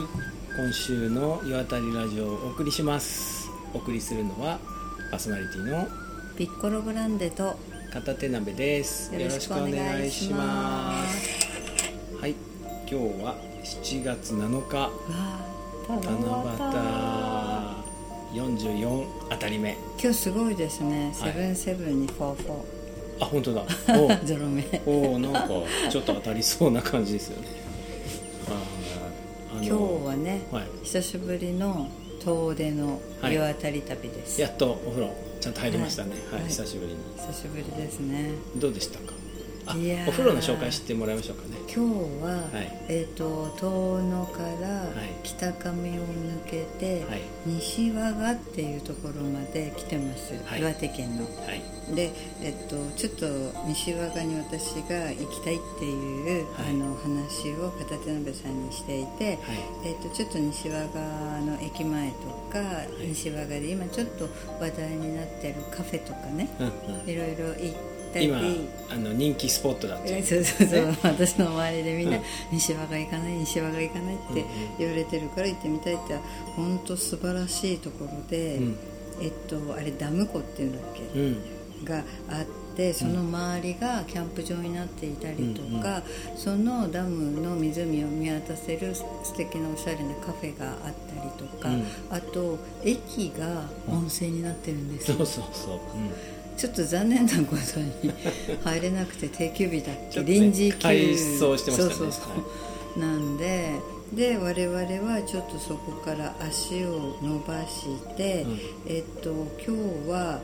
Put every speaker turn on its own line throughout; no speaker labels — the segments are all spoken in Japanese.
今週の「岩谷ラジオ」をお送りしますお送りするのはパーソナリティの
ピッコログランデと
片手鍋です
よろしくお願いします
すはい今日は7月7日
わあ
七夕44当たり目
今日すごいですね
は
セ
い
ブンセブンにフォーフ
あ本当だ
ォー ゾロ目
おおおなんかちょっと当たりそうな感じです よねはいあの
今日はね、
はい
久しぶりの遠出の
はい
湯渡り旅です、
やっとお風呂ちゃんと入りましたね
はい
はい、
はい
久しぶりに
久しぶりですね
どうでしたかあ
いやー
お風呂の紹介してもらいましょうかね
今日は、
い
えっ、と遠野か
い
ら北上を抜けて、
はい
西和賀っていうところまで来てます、
はい
岩手県の
はい
で、えっと、ちょっと西和賀に私が行きたいっていう、
はい
あの話を片手鍋さんにしていて、えっと、ちょっと西和賀の駅前とか、
い
西和賀で今ちょっと話題になってるカフェとかね
はい、うんうん
いろいろ行ったり
今あの人気スポットだって
え
いう
そうそうそう、
ね
私の周りでみんな、
うん
西和が行かない西和が行かないっ
うんう
て
ん
言われてるから行ってみたいって本当素晴らしいところで、
うん
えっとあれダム湖っていうんだっけ、
うん
があってその周りがキャンプ場になっていたりとか、そのダムの湖を見渡せる素敵なおしゃれなカフェがあったりとか、
うん
あと駅が温泉になってるんで
そ
すよ、
うそうそう、うん
ちょっと残念なことに入れなくて定休日だっ
ちょっと
け
ね
臨時休
改装してましたね
そうそうそう、なんでで我々はちょっとそこから足を伸ばして、
うん
えっと今日は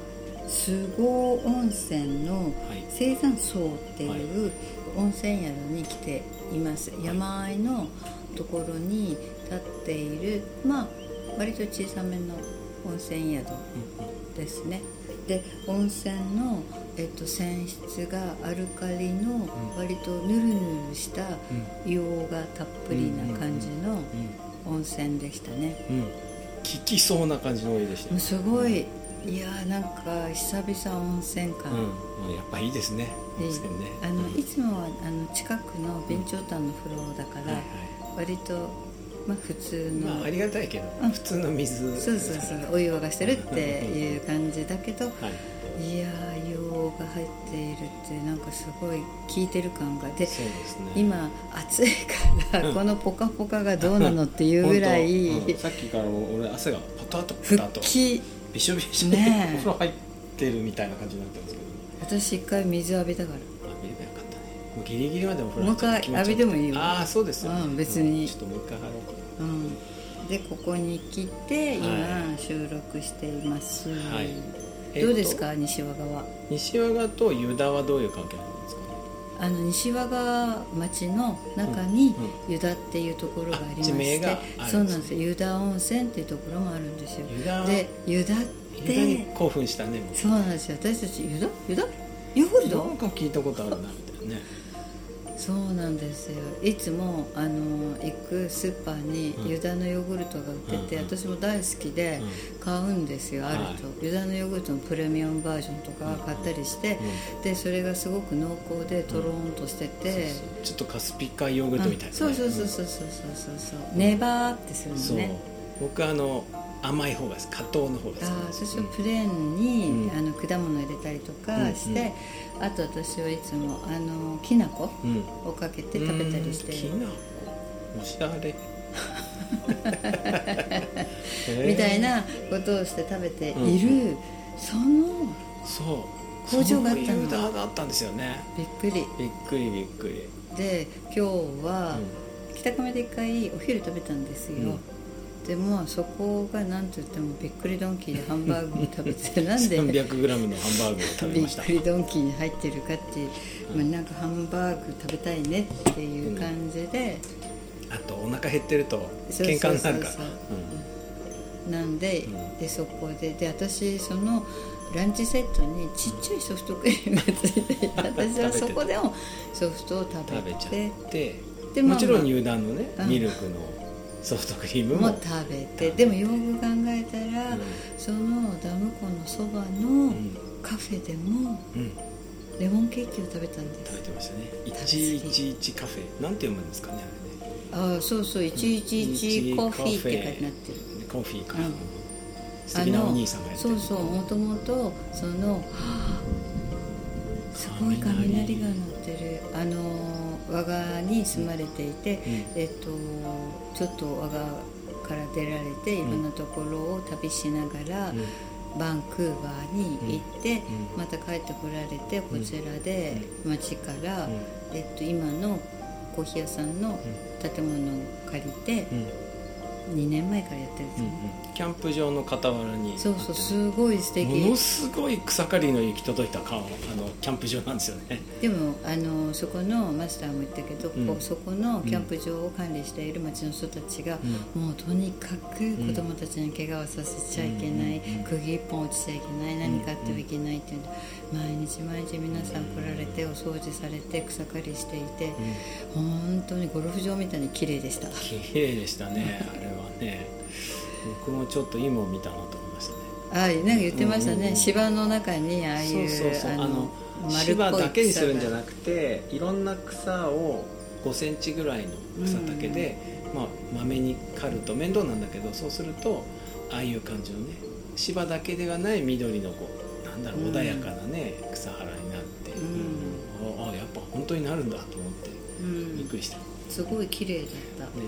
菅生温泉の
はい
青山荘っていう温泉宿に来ています、山あいのところに立っているまあ割と小さめの温泉宿ですねで温泉の、えっと、泉質がアルカリの割とヌルヌルした硫黄がたっぷりな感じの温泉でしたね
うんうん効きそうな感じのお湯でした
もう
よ
すごいいやーなんか久々温泉
う
感、
ん、うん、やっぱいいですね
で
温泉ね
あ
う
の
ん
いつもはあの近くの備長炭の風呂だか
はいは
ら割と、まあ、普通
い、まあ
の
ありがたいけど、
うん
普通の水
そうそうそうお湯沸かしてるっていう感じだけど
はい
いやー硫黄が入っているってなんかすごい効いてる感がで
そうですね
今暑いから、
うん
このポカポカがどうなのっていうぐらい
本当うんさっきから俺汗がパタッとパタ
復
ッと
帰
びしょびしょ
ねえ
お風呂入ってるみたいな感じになってるんですけど
私一回水浴びたか
あ見ればよかったねもうギリギリまでお風呂
もう一回
気持ち
浴びてもいいよ
ああそうですよね、
うん別に
ちょっともう一回入ろうかな
ら、うん、でここに来て今、
は
収録しています、
はいえっと
どうですか、西和川
西和賀と湯田はどういう関係なんですかね
あの西和賀町の中に
うん
湯田っていうところがありま
あ地名
して、
があ
そ
る
うん
ですね
なんですよ湯田温泉っていうところもあるんですよ
湯田
で湯田っ
湯田に
て
興奮したねもう
そうなんですよ私たち湯田湯田ヨーグル
な
ト
んか聞いたことあるなみたいなね
そうなんですよいつもあの行くスーパーに
うん
ユダのヨーグルトが売ってて、
うんうん
私も大好きで買うんですよ、あると、
は
ユダのヨーグルトのプレミアムバージョンとか買ったりして、でそれがすごく濃厚でとろーんとしてて、
そうそうちょっとカスピカヨーグルトみたいな、
あ
ね、
そうそうそうそうそうそうそうネバーってする
う
の
んそう
ね
僕あの甘い方が好き加糖の方が好き
あ
なん
ー
ですよ
私はプレーンに、
うん
あの果物入れたりとかして、あと私はいつもあのきな粉
うんうん
をかけて食べたりして
うんきな粉おしゃ れえー
みたいなことをして食べている、
う
その
そう
工場があったの
そういう湯田だったんですよね
びっくり
びっくりびっくり、
で今日は
う
北上で一回お昼食べたんですよ、でもそこが何と言ってもびっくりドンキーでハンバーグを食べてな んで
ん、300g のハンバーグを食べ
び
まし
ったくりドンキーに入ってるかっていう、
うん
まあ、なんかハンバーグ食べたいねっていう感じで、
あとお腹減ってると
そう
喧嘩になるから
そうそう
う
なんで,、
うん
でそこでで私そのランチセットにちっちゃいソフトクリームがついていて私はそこでもソフトを食
ん食
べ
べ
て
ちゃって
でまあ
もちろん牛団のね、
うん
ミルクのソフトクリームも
も食べてでもよく考えたら、そのダム湖のそばの
うん
カフェでも
うんうん
レモンケーキを食べたんで
食べ
す
てましたね
べ過ぎ
111カフェなんて読むんですかねあれね
ああそうそう111コーヒーって書いてなってる
コーヒーか、
うん
素敵なお兄さんがやって
そうそうもともとそのはあすごい雷が鳴ってるあの我がに住まれていて、えっとちょっと我がから出られていろんなところを旅しながら、
うん
バンクーバーに行って、
うん
また帰ってこられてこちらで町から、
うん
えっと、今のコーヒー屋さんの建物を借りて
うんうん
2年前からやってるんです
う
よ
ん
ね、
うんキャンプ場の傍らに
そうそうすごい素敵
ものすごい草刈りの行き届いた顔あのキャンプ場なんですよね
でもあのそこのマスターも言ったけど、
うん
こうそこのキャンプ場を管理している町の人たちが、もうとにかく子供たちに怪我をさせちゃいけない、
うん
釘一本落ちちゃいけない何かあってはいけないっていうの毎日毎日皆さん来られてお掃除されて草刈りしていて、本当にゴルフ場みたいに綺麗でした
綺麗でしたねあれはね僕もちょっと今見たなと思いましたね
ああなんか言ってましたね、
うん
芝の中にああいう
そうそうそうあの
丸っぽい
芝だけにするんじゃ
く
なくていろんな草を5センチぐらいの草丈で、まあまめに刈ると面倒なんだけどそうするとああいう感じのね芝だけではない緑のこうなんだろう
うん
穏やかなね、草原になって、
う
ああやっぱ本当になるんだと思って
う
びっ
ん
くりした、ね、
すごい綺麗だった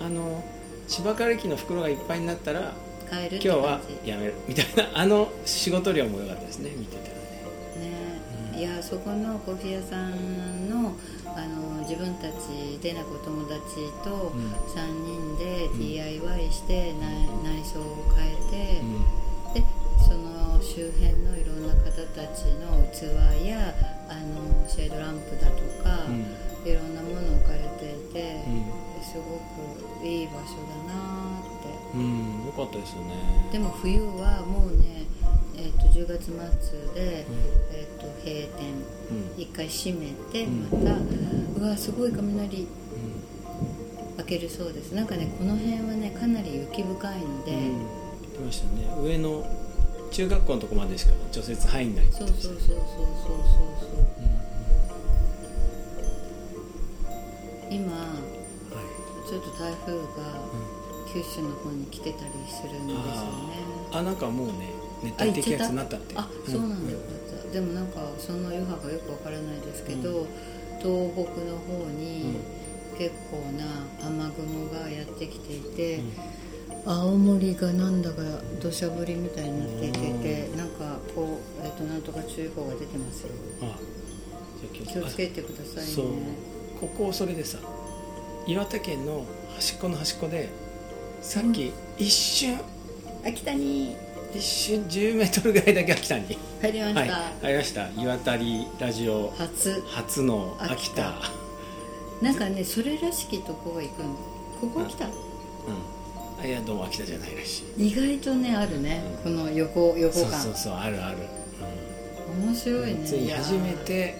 あの芝刈り機の袋がいっぱいになったら
帰る
今
って
日は
感じ
やめるみたいなあの仕事量も良かったですね見てたらね。
ね、
うん
いやそこのコーヒー屋さんのあの自分たちでなくお友達と
うん
3人で
ん
DIY してな内装を変えて、
うん
でその周辺のいろんな方たちの器やあのシェードランプだとか、いろんなものを置かれていて、
う
すごくいい場所だなーって
ん、うん、よかったですよね。
でも冬はもうね、えっと10月末で、えっと閉店
うん、
一回閉めて
うん
また、うわすごい雷
う
開けるそうですなんかねこの辺はねかなり雪深いので、
ん、うん、言ってましたね。上の中学校のとこまでしか除雪入んないって
そ
言
う
って
そ
ま
う
し
そ
た
う
ね。
そうそうそう
うん
今
はい
ちょっと台風が九州の方に来てたりするんですよね
あーあ、なんかもうね、熱
あ
帯
行っち
低気
ゃった
圧になったって。
あそうなんだ、
ん
よかったでもなんかその余波がよくわからないですけど、東北の方に結構な雨雲がやってきていて、青森がなんだか土砂降りみたいになっていてて、なんかこう、えっとなんとか注意報が出てますよ
あ、じゃあ
気をつけてくださいね
あここそれでさ、岩手県の端っこの端っこで、さっき一瞬、
秋田に
一瞬10メートルぐらいだけ秋田に。
入りました、
はい、ありました。岩谷ラジオ
初
初の秋田。
秋なんかねそれらしきとこが行くんだここ来た
うん。あいやどうも秋田じゃないらしい。
意外とねあるね、
うん
この横横
そう
感
そうそうあるある。
面白い
うん、
ね
つい初めて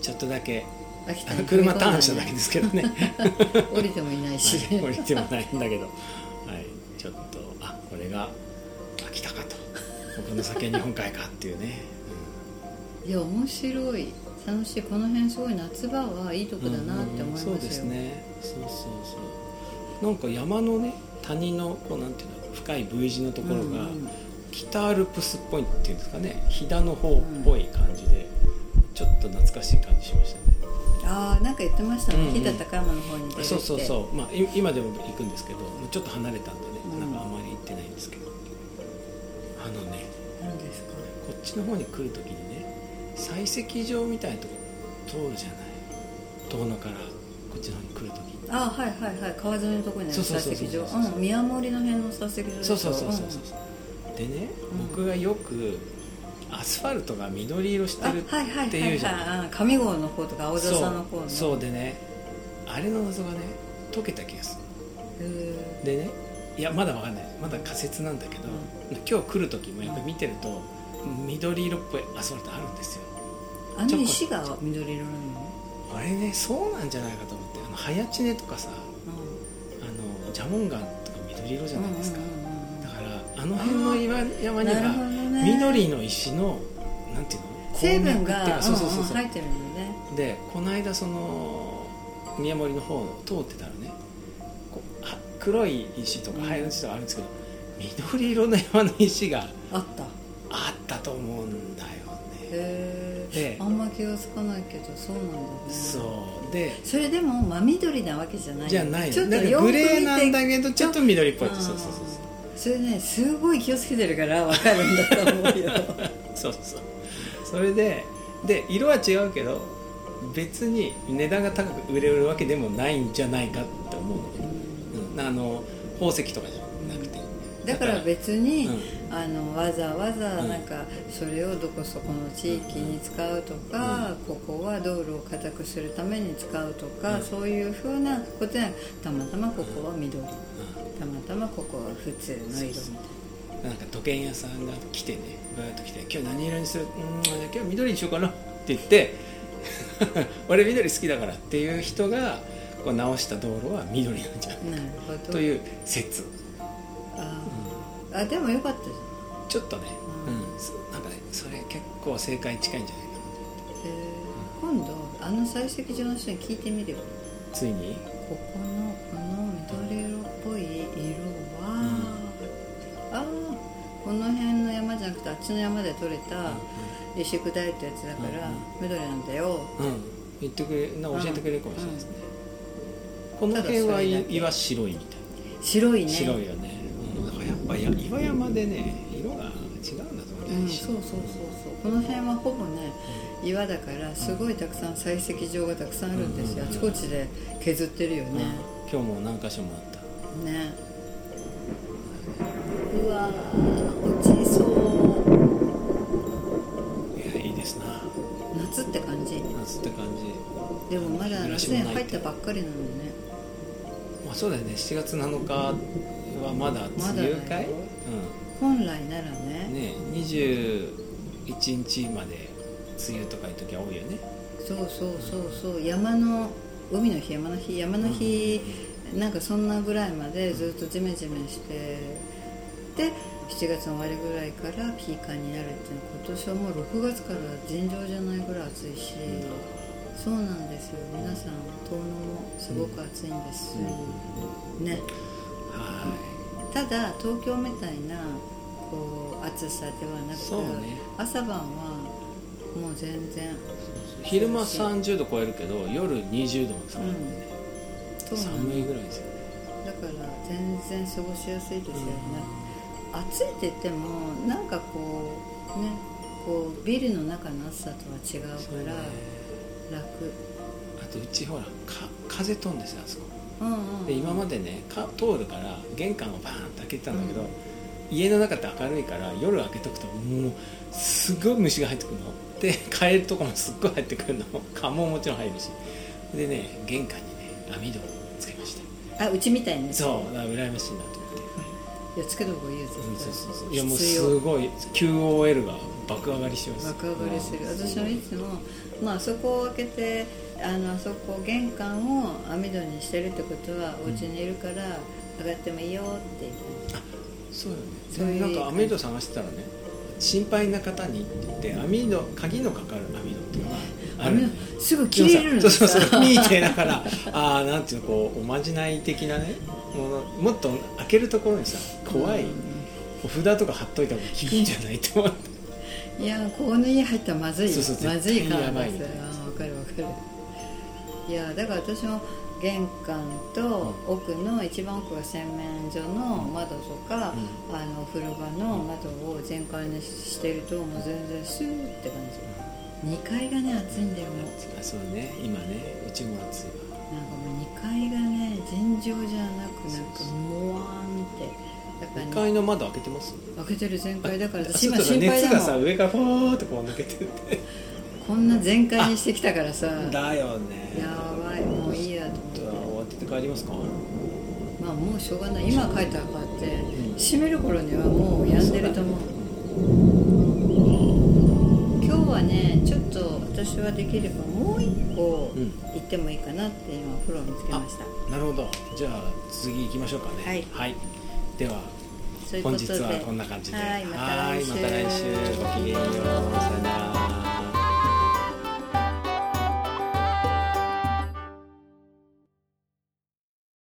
ちょっとだけ
秋
あ
田
の
に
車ターンしただけですけどね。
降りてもい ないし
はい降りてもないんだけど、はいちょっとあこれが秋田かと。この先は日本海かっていうね。
いや面白い楽しいこの辺すごい夏場はいいとこだなって思いますよ、
うんそうですね。そうそうそう。なんか山のね谷のこうなんていうの深い V 字のところが。
うんうん
北アルプスっぽいっていうんですかね飛騨の方っぽい感じで、ちょっと懐かしい感じしましたね
ああなんか言ってましたね
うんうん
飛騨、高山の方に出るって
そうそうそうまあい今でも行くんですけどもうちょっと離れたんでね、
うん
なんかあまり行ってないんですけどあのね
なんですか
こっちの方に来る時にね採石場みたいなとこ通るじゃない遠野からこっちの方に来る時に
ああはいはいはい川沿いのとこにある
そうそう
採
そうそう
石場うん宮守の辺の採石場でし
そ
ょ
うそうそうそうそう、でね、
うん
僕がよくアスファルトが緑色して
ん
る
あはいはい
って
は
いう
い
じゃない
はいうん上郷の方とか青
そう
座さんの方の
そう
う
でねあれの謎がね解けた気がするでねいやまだわかんないまだ仮説なんだけど、今日来る時もやっぱり見てると、緑色っぽいアスファルトあるんですよ
あの石が緑色なの
あれねそうなんじゃないかと思ってあのハヤチネとかさあのジャモンガンとか緑色じゃないですか、だからあの辺の岩山
うん
に
なるほど
は
ね
緑の石のなんていうの
成分
鉱脈っていう
が
かそうそうそうそう、
うんうん入ってるのね
でこの間その宮守の方を通ってたらね黒い石とか
うん
灰色の石とかあるんですけど、緑色の山の石が
あったへ
あったと思うんだよね。
え
で
あんま気がつかないけどそうなんだね
そうで
それでも真緑なわけじゃない
じゃあない
ちょ
の
っと
なん
よ
か
く
グ
見
レーなん
て
だけどちょっと緑っぽい
あー
そうそうそう
それねすごい気をつけてるからわかるんだと思う よ
そうそうそうそれでで色は違うけど別に値段が高く売れるわけでもないんじゃないかって思うのね、うん、あの宝石とかじゃなくて
だから別
う
に、
ん
あのわざわざなんかそれをどこそこの地域に使うとか、ここは道路を固くするために使うとか、
うん
そういうふうなことやたまたまここは緑たまたまここは普通の色みたいな
うんなんか時計屋さんが来てねバーッと来て「今日何色にするうんじゃあ今日緑にしようかな」って言って 「俺緑好きだから」っていう人がこう直した道路は緑なんじゃない
なるほど
という説、
あーあでもよかったじ
ちょっとね、
う
うんんそなんかねそれ結構正解近いんじゃないか
ゃん、えー今度あの採石場の人に聞いてみるよ
なついに
ここのこの緑色っぽい色は、あーこの辺の山じゃなくてあっちの山で採れた石砕いたやつだから
うん
緑なんだよ
うん言ってくれな教えてくれるかもしれないですね、この
ただそれ
辺
だけ
は岩白いみたい
白い
な、
ね
白いよね、うん、だからやっぱや岩山でね色が違うんだと思う
う
ね、
ん、
石
そうそうそうそうこの辺はほぼね岩だからすごいたくさん採石場がたくさんあるんですよ
う
あ
ん
ちこちで削ってるよ
うん
ね、
今日も何箇所もあった
ねうわー落ちそう
いやいいですな
夏って感じ
夏って感じ
でもまだ夏に入ったばっかりなのね
まあそうだよね7月7日はまだ
まだだ
梅
よ
雨会、うん
本来ならね
ね21日まで梅雨とかいう時は多いよね
そうそうそうそう山の海の日山の日山の日、なんかそんなぐらいまでずっとジメジメしてで7月の終わりぐらいからピーカーになるっていうのは今年はもう6月から尋常じゃないぐらい暑いし、そうなんですよ皆さん東農もすごく暑いんです、ね
は
ただ東京みたいなこう暑さではなく
いそうね
朝晩はもう全然
昼間30度超えるけど夜20度も下がるもんね、
そうなんです
寒いぐらいですよね
だから全然過ごしやすいですよね、暑いって言ってもなんかこうねこうビルの中の暑さとは違
そう
う
ね
から楽
あとうちほらか風飛んでさあそこ
うんうんうん
で今までねか通るから玄関をバーンと開けてたんだけど、
うん
家の中って明るいから夜開けとくともうすごい虫が入ってくるのでカエルとかもすっごい入ってくるの蚊ももちろん入るしでね玄関にね網戸をつけました
あうちみたいに
そうだから羨ましいなと思って、
いやつけた方がいいよ絶対、
うんそうそうそういやもう
必
す
要
ごい QOL が爆上がりしてます
爆上がりする
うん
私はいつも、まああそこを開けてあのあそこ玄関を網戸にしてるってことはお家にいるから上がってもいいよって言って
そうよね
そういう
でもなんか網戸探してたらね心配な方にって言って網戸鍵のかかる網戸っていうのがあるのよ
網戸すぐ切れるの
でも
さ
さそうそうそう見てだから ああなんていうのこうおまじない的なねものもっと開けるところにさ怖い、お札とか貼っといた方が効くんじゃないと思って
いやーここの家入ったらまずいよ
そうそう
まずい
絶
か
対
ら
やばい
です
みたいな
あーわかるわかるいやーだから私も玄関と奥の一番奥が洗面所の窓とか、あのお風呂場の窓を全開にしてるともう全然スーッって感じ2階がね暑いんだよもう
あそうね今ねうちも暑いわ
なんかもう2階がね尋常じゃなくなんか
そうそう
もわーんってだから、
2
ね、
階の窓開けてます
開けてる全開だから私
そう
今
する
心
と
配
熱が
だ
さ
もん
上からフォーってこう抜けてって
こんな全開にしてきたからさ
だよね
やばいもういいやと
ちょっと終
思って
わってて帰りますか
まあもうしょうがない今帰ったら帰って
うん
閉める頃にはもうやんでると思う今日はねちょっと私はできればもう一個
うん
行ってもいいかなって今お風呂を見つけました、
なるほどじゃあ次行きましょうかね
はい
では
そういうこ
本
と
日
で
はこんな感じで
はいまた来週
はいまた来週ごきげんよう